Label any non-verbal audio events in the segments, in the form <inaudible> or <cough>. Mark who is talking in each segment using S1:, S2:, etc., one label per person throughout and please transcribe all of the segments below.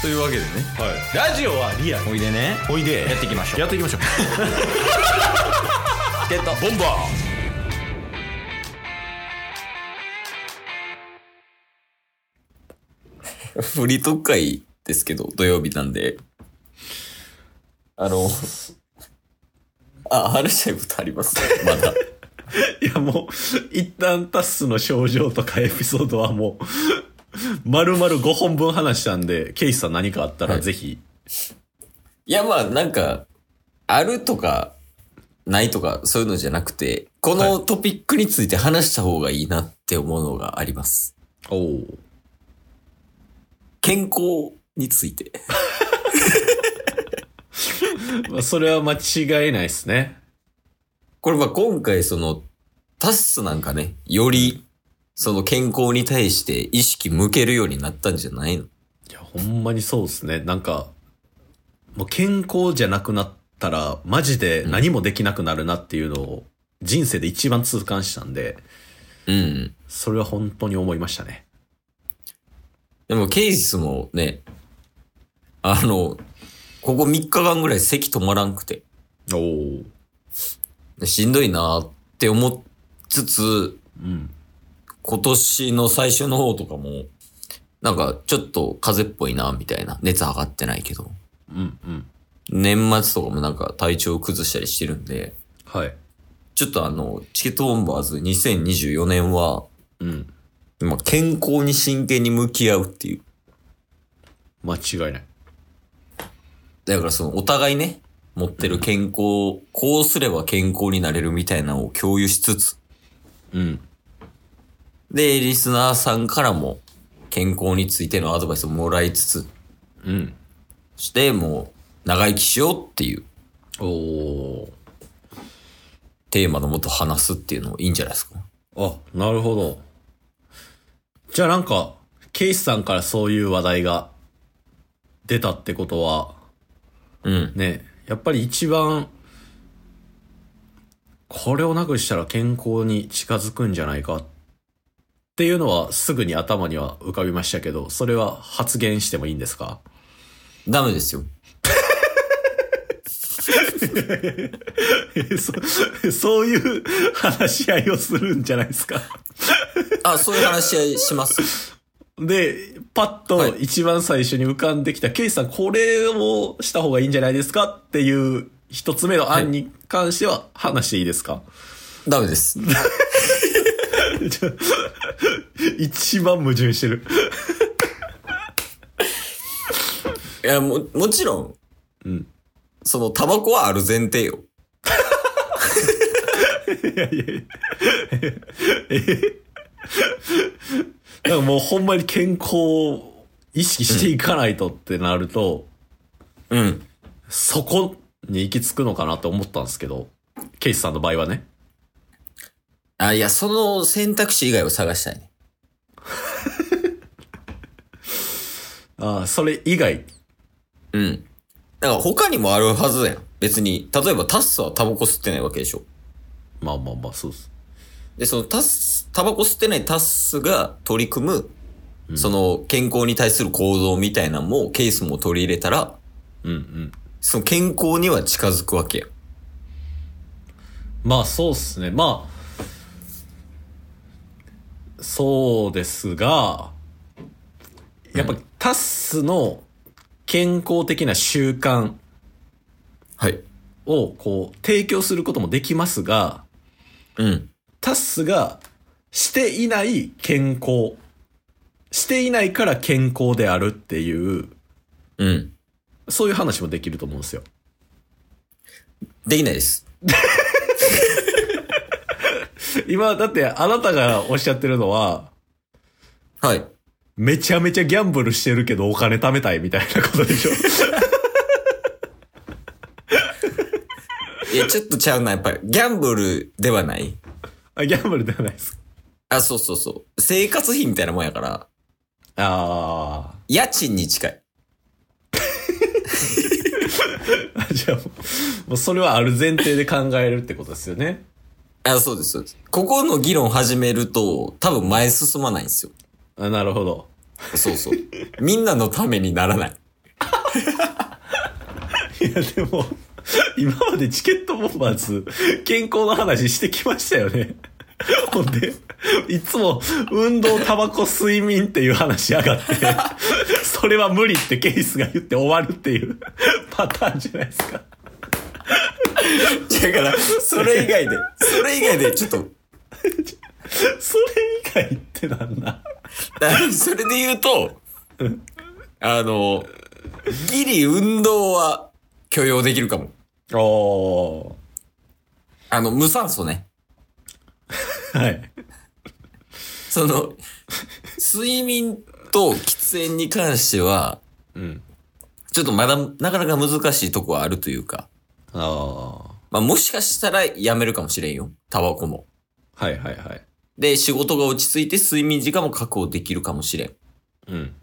S1: というわけでね
S2: はい、ラジオはリアル
S1: おいでね
S2: おいで
S1: やっていきましょう
S2: やっていきましょう
S1: ゲットボンバー <laughs> フリートーク会ですけど、土曜日なんで。あの、あ、話したいことありますま <laughs> だ。
S2: いやもう一旦タスの症状とかエピソードはもう丸々5本分話したんでケイスさん何かあった
S1: は
S2: ら
S1: い
S2: ぜひ、
S1: いや、まあ、なんか、あるとか、ないとか、そういうのじゃなくて、このトピックについて話した方がいいなって思うのがあります。
S2: おおう
S1: 健康について。
S2: まあそれは間違いないですね
S1: これは今回その、タスなんかね、より、その健康に対して意識向けるようになったんじゃないの
S2: いやほんまにそうですねなんかもう健康じゃなくなったらマジで何もできなくなるなっていうのを人生で一番痛感したんで
S1: うん。
S2: それは本当に思いましたね
S1: でもケイスもね、あの、ここ3日間ぐらい咳止まらんくて、
S2: おお
S1: しんどいなって思っつつ、
S2: うん
S1: 今年の最初の方とかも、なんかちょっと風邪っぽいなみたいな、熱上がってないけど、
S2: うんうん
S1: 年末とかもなんか体調崩したりしてるんで、
S2: はい
S1: ちょっとあの、チケットボンバーズ2024年は、
S2: うん
S1: まあ、健康に真剣に向き合うっていう。
S2: 間違いない
S1: だからその、お互いね、持ってる健康、こうすれば健康になれるみたいなのを共有しつつ、
S2: うん
S1: で、リスナーさんからも、健康についてのアドバイスをもらいつつ、
S2: うん
S1: して、もう、長生きしようっていう
S2: おお
S1: テーマのもと話すっていうのもいいんじゃないですか。
S2: あなるほどじゃあなんかケイスさんからそういう話題が出たってことは
S1: うん。
S2: ねやっぱり一番これをなくしたら健康に近づくんじゃないかっていうのはすぐに頭には浮かびましたけどそれは発言してもいいんです <laughs> か
S1: ダメですよ。
S2: そ <laughs> そういう話し合いをするんじゃないですか
S1: あ、そういう話し合いします。
S2: で、パッ
S1: は
S2: と
S1: い
S2: 一番最初に浮かんできた、ケイさんこれをした方がいいんじゃないですかっていう一つ目の案に関しては話していいですか、
S1: ダメです。
S2: <laughs> 一番矛盾してる。
S1: いや、も、もちろん、
S2: うん。
S1: その、タバコはある前提よ。
S2: いやいやいや。え <laughs> なんかもうほんまに健康を意識していかないとってなると、
S1: うん。
S2: そこに行き着くのかなと思ったんですけど、ケイさんの場合はね。
S1: あ、いや、その選択肢以外を探したいね。
S2: ああ、それ以外。
S1: うん。だから他にもあるはずやん。別に、例えばタッスはタバコ吸ってないわけでしょ。
S2: まあまあまあ、そうです。
S1: で、そのタッス、タバコ吸ってないタッスが取り組む、
S2: うん
S1: その健康に対する行動みたいなのも、ケースも取り入れたら、
S2: うんうん。
S1: その健康には近づくわけやん。
S2: まあそうっすね。まあ、そうですが、やっぱタスの健康的な習慣
S1: はい。
S2: をこう提供することもできますが、
S1: うん。
S2: タスがしていない健康、していないから健康であるっていう、
S1: うん。
S2: そういう話もできると思うんですよ。
S1: できないです。
S2: 今、だってあなたがおっしゃってるのは、
S1: はい。
S2: めちゃめちゃギャンブルしてるけどお金貯めたいみたいなことでしょ
S1: いや、ちょっとちゃうな。やっぱり、ギャンブルではない。
S2: あギャンブルではないですか。
S1: あ、そうそうそう。生活費みたいなもんやから、
S2: あ
S1: 家賃に近い。
S2: あ。じゃあもう、もうそれはある前提で考えるってことですよね。
S1: あ、そうです、そうです。ここの議論始めると、多分前進まないんですよ。
S2: あなるほど。
S1: そうそう。みんなのためにならない。
S2: いや、でも、今までチケットボンバーズ、健康の話してきましたよね。ほんで、いつも、運動、タバコ、睡眠っていう話上がって、それは無理ってケイスが言って終わるっていうパターンじゃないですか。
S1: だから、それ以外で、それ以外で、ちょっと、 <laughs>
S2: それ以外ってなんだ
S1: あそれで言うと、あの、ギリ運動は許容できるかも。
S2: お
S1: あの、無酸素ね。
S2: ー。はい。
S1: その、睡眠と喫煙に関しては、
S2: うん。
S1: ちょっとまだ、なかなか難しいとこはあるというか、
S2: あー。
S1: まあもしかしたらやめるかもしれんよ。タバコも。
S2: はいはいはい。
S1: で、仕事が落ち着いて睡眠時間も確保できるかもしれん。
S2: うん。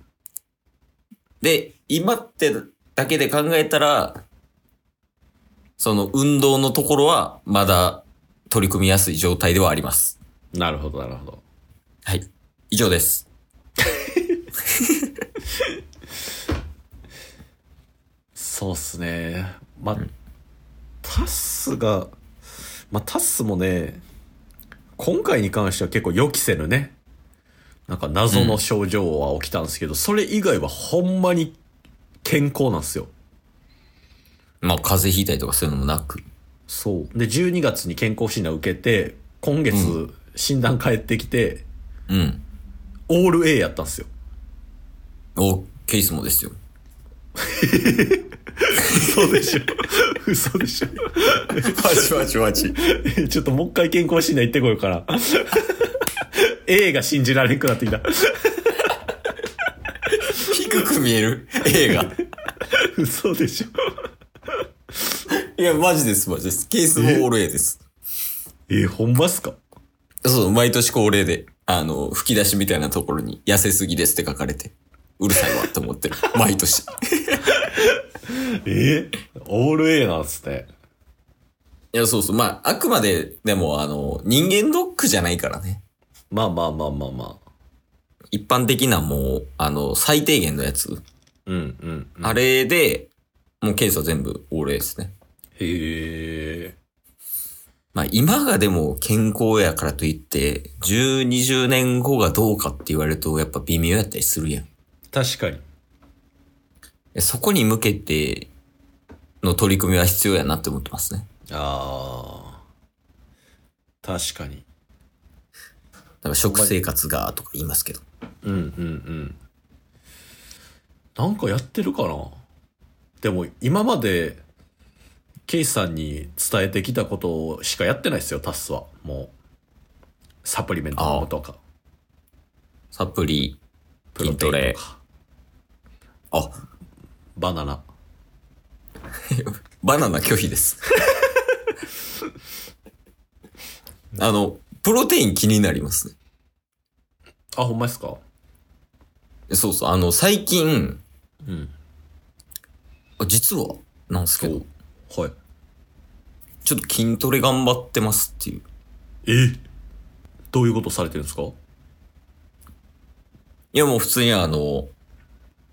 S1: で、今ってだけで考えたら、その運動のところはまだ取り組みやすい状態ではあります。
S2: なるほどなるほど。
S1: はい。以上です。
S2: そうっすね。まあ、タスが、まあ、タスもね、今回に関しては結構予期せぬね、なんか謎の症状は起きたんですけど、それ以外はほんまに健康なんですよ。
S1: まあ風邪ひいたりとかそういうのもなく。
S2: そう。で、12月に健康診断受けて、今月診断返ってきて、
S1: うん。
S2: オール A やったんですよ。
S1: お、ケースもですよ。
S2: 嘘でしょ <laughs> 嘘でしょ
S1: パチパチパチ。
S2: ちょっと <laughs> もう一回健康診断行ってこようかな。A が信じられんくなってきた。
S1: 低く見える映画。
S2: <laughs> 嘘でしょ。
S1: いや、マジです、マジです。ケースもオール A です。
S2: え、ほんまっすか
S1: そう、毎年恒例で、あの、吹き出しみたいなところに、痩せすぎですって書かれて、うるさいわって思 <laughs> ってる。毎年。
S2: えオール A なんすね。
S1: いや、そうそう。まあ、あくまで、でも、あの、人間ドックじゃないからね。
S2: まあまあまあまあまあ。
S1: 一般的なもう、あの、最低限のやつ。
S2: うんうん。
S1: あれで、もう検査全部オーレですね。
S2: へえ。
S1: まあ、今がでも健康やからといって、10、20年後がどうかって言われると、やっぱ微妙やったりするやん。
S2: 確かに。
S1: えそこに向けての取り組みは必要やなって思ってますね。
S2: ああ。確かに。
S1: だから食生活がとか言いますけど。
S2: うんうんうん。なんかやってるかなでも今まで、ケイさんに伝えてきたことしかやってないですよ、タスは。もう。サプリメント飲むとか、
S1: サプリ、
S2: プロテインとか、
S1: あ、
S2: バナナ。
S1: バナナ拒否
S2: <laughs>
S1: です。あの、プロテイン気になりますね。
S2: あ、ほんまですか
S1: そうそう、あの、最近、
S2: うん。
S1: あ実は、なんですけど、
S2: はい。
S1: ちょっと筋トレ頑張ってますっていう。
S2: えどういうことされてるんですか
S1: いや、もう普通にあの、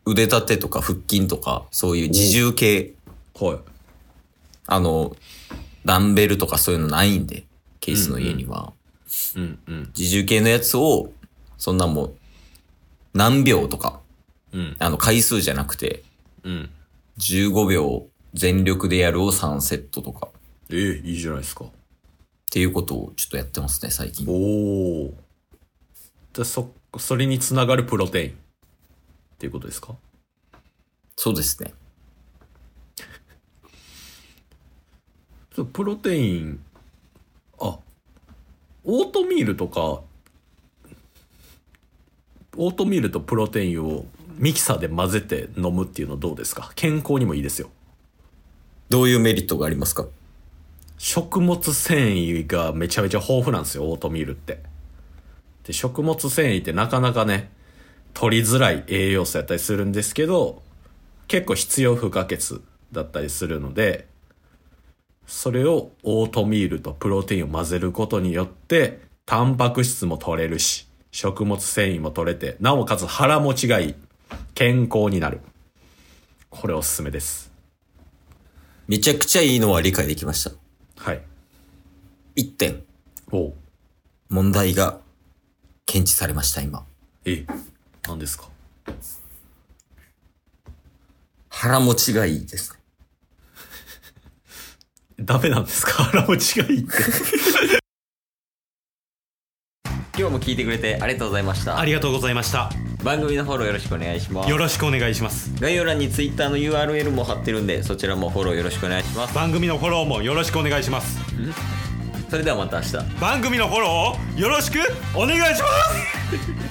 S1: 腕立てとか腹筋とか、そういう自重系、
S2: はい。
S1: あの、ダンベルとかそういうのないんで、ケースの家には。
S2: うんうん。
S1: 自重系のやつを、そんなもう、何秒とか、
S2: うん
S1: あの、回数じゃなくて、
S2: うん。
S1: 15秒全力でやるを3セットとか、っ
S2: えー、いいじゃないですか。
S1: ていうことをちょっとやってますね、最近。
S2: おお。じゃあそ、それにつながるプロテイン。っていうことですか
S1: そうですね。
S2: そうプロテイン、あ、オートミールとか、オートミールとプロテインをミキサーで混ぜて飲むっていうのどうですか健康にもいいですよ。
S1: どういうメリットがありますか
S2: 食物繊維がめちゃめちゃ豊富なんですよ、オートミールって。で、食物繊維ってなかなかね、取りづらい栄養素やったりするんですけど、結構必要不可欠だったりするので、それをオートミールとプロテインを混ぜることによって、タンパク質も取れるし、食物繊維も取れて、なおかつ腹持ちがいい。健康になる。これおすすめです。
S1: めちゃくちゃいいのは理解できました。
S2: はい。
S1: 1点、
S2: おう
S1: 問題が検知されました、今。
S2: え、何ですか
S1: 腹持ちがいいですね。
S2: ダメなんですか <laughs> 腹持ちがいいって。
S1: 今日も聞いてくれてありがとうございました
S3: あ。りがとうございました
S1: 番組のフォローよろしくお願いします
S3: よ。ろしくお願いします
S1: 概要欄に Twitter の URL も貼ってるんで、そちらもフォローよろしくお願いします。
S3: 番組のフォローもよろしくお願いします
S1: それではまた明日。
S3: 番組のフォローをよろしくお願いします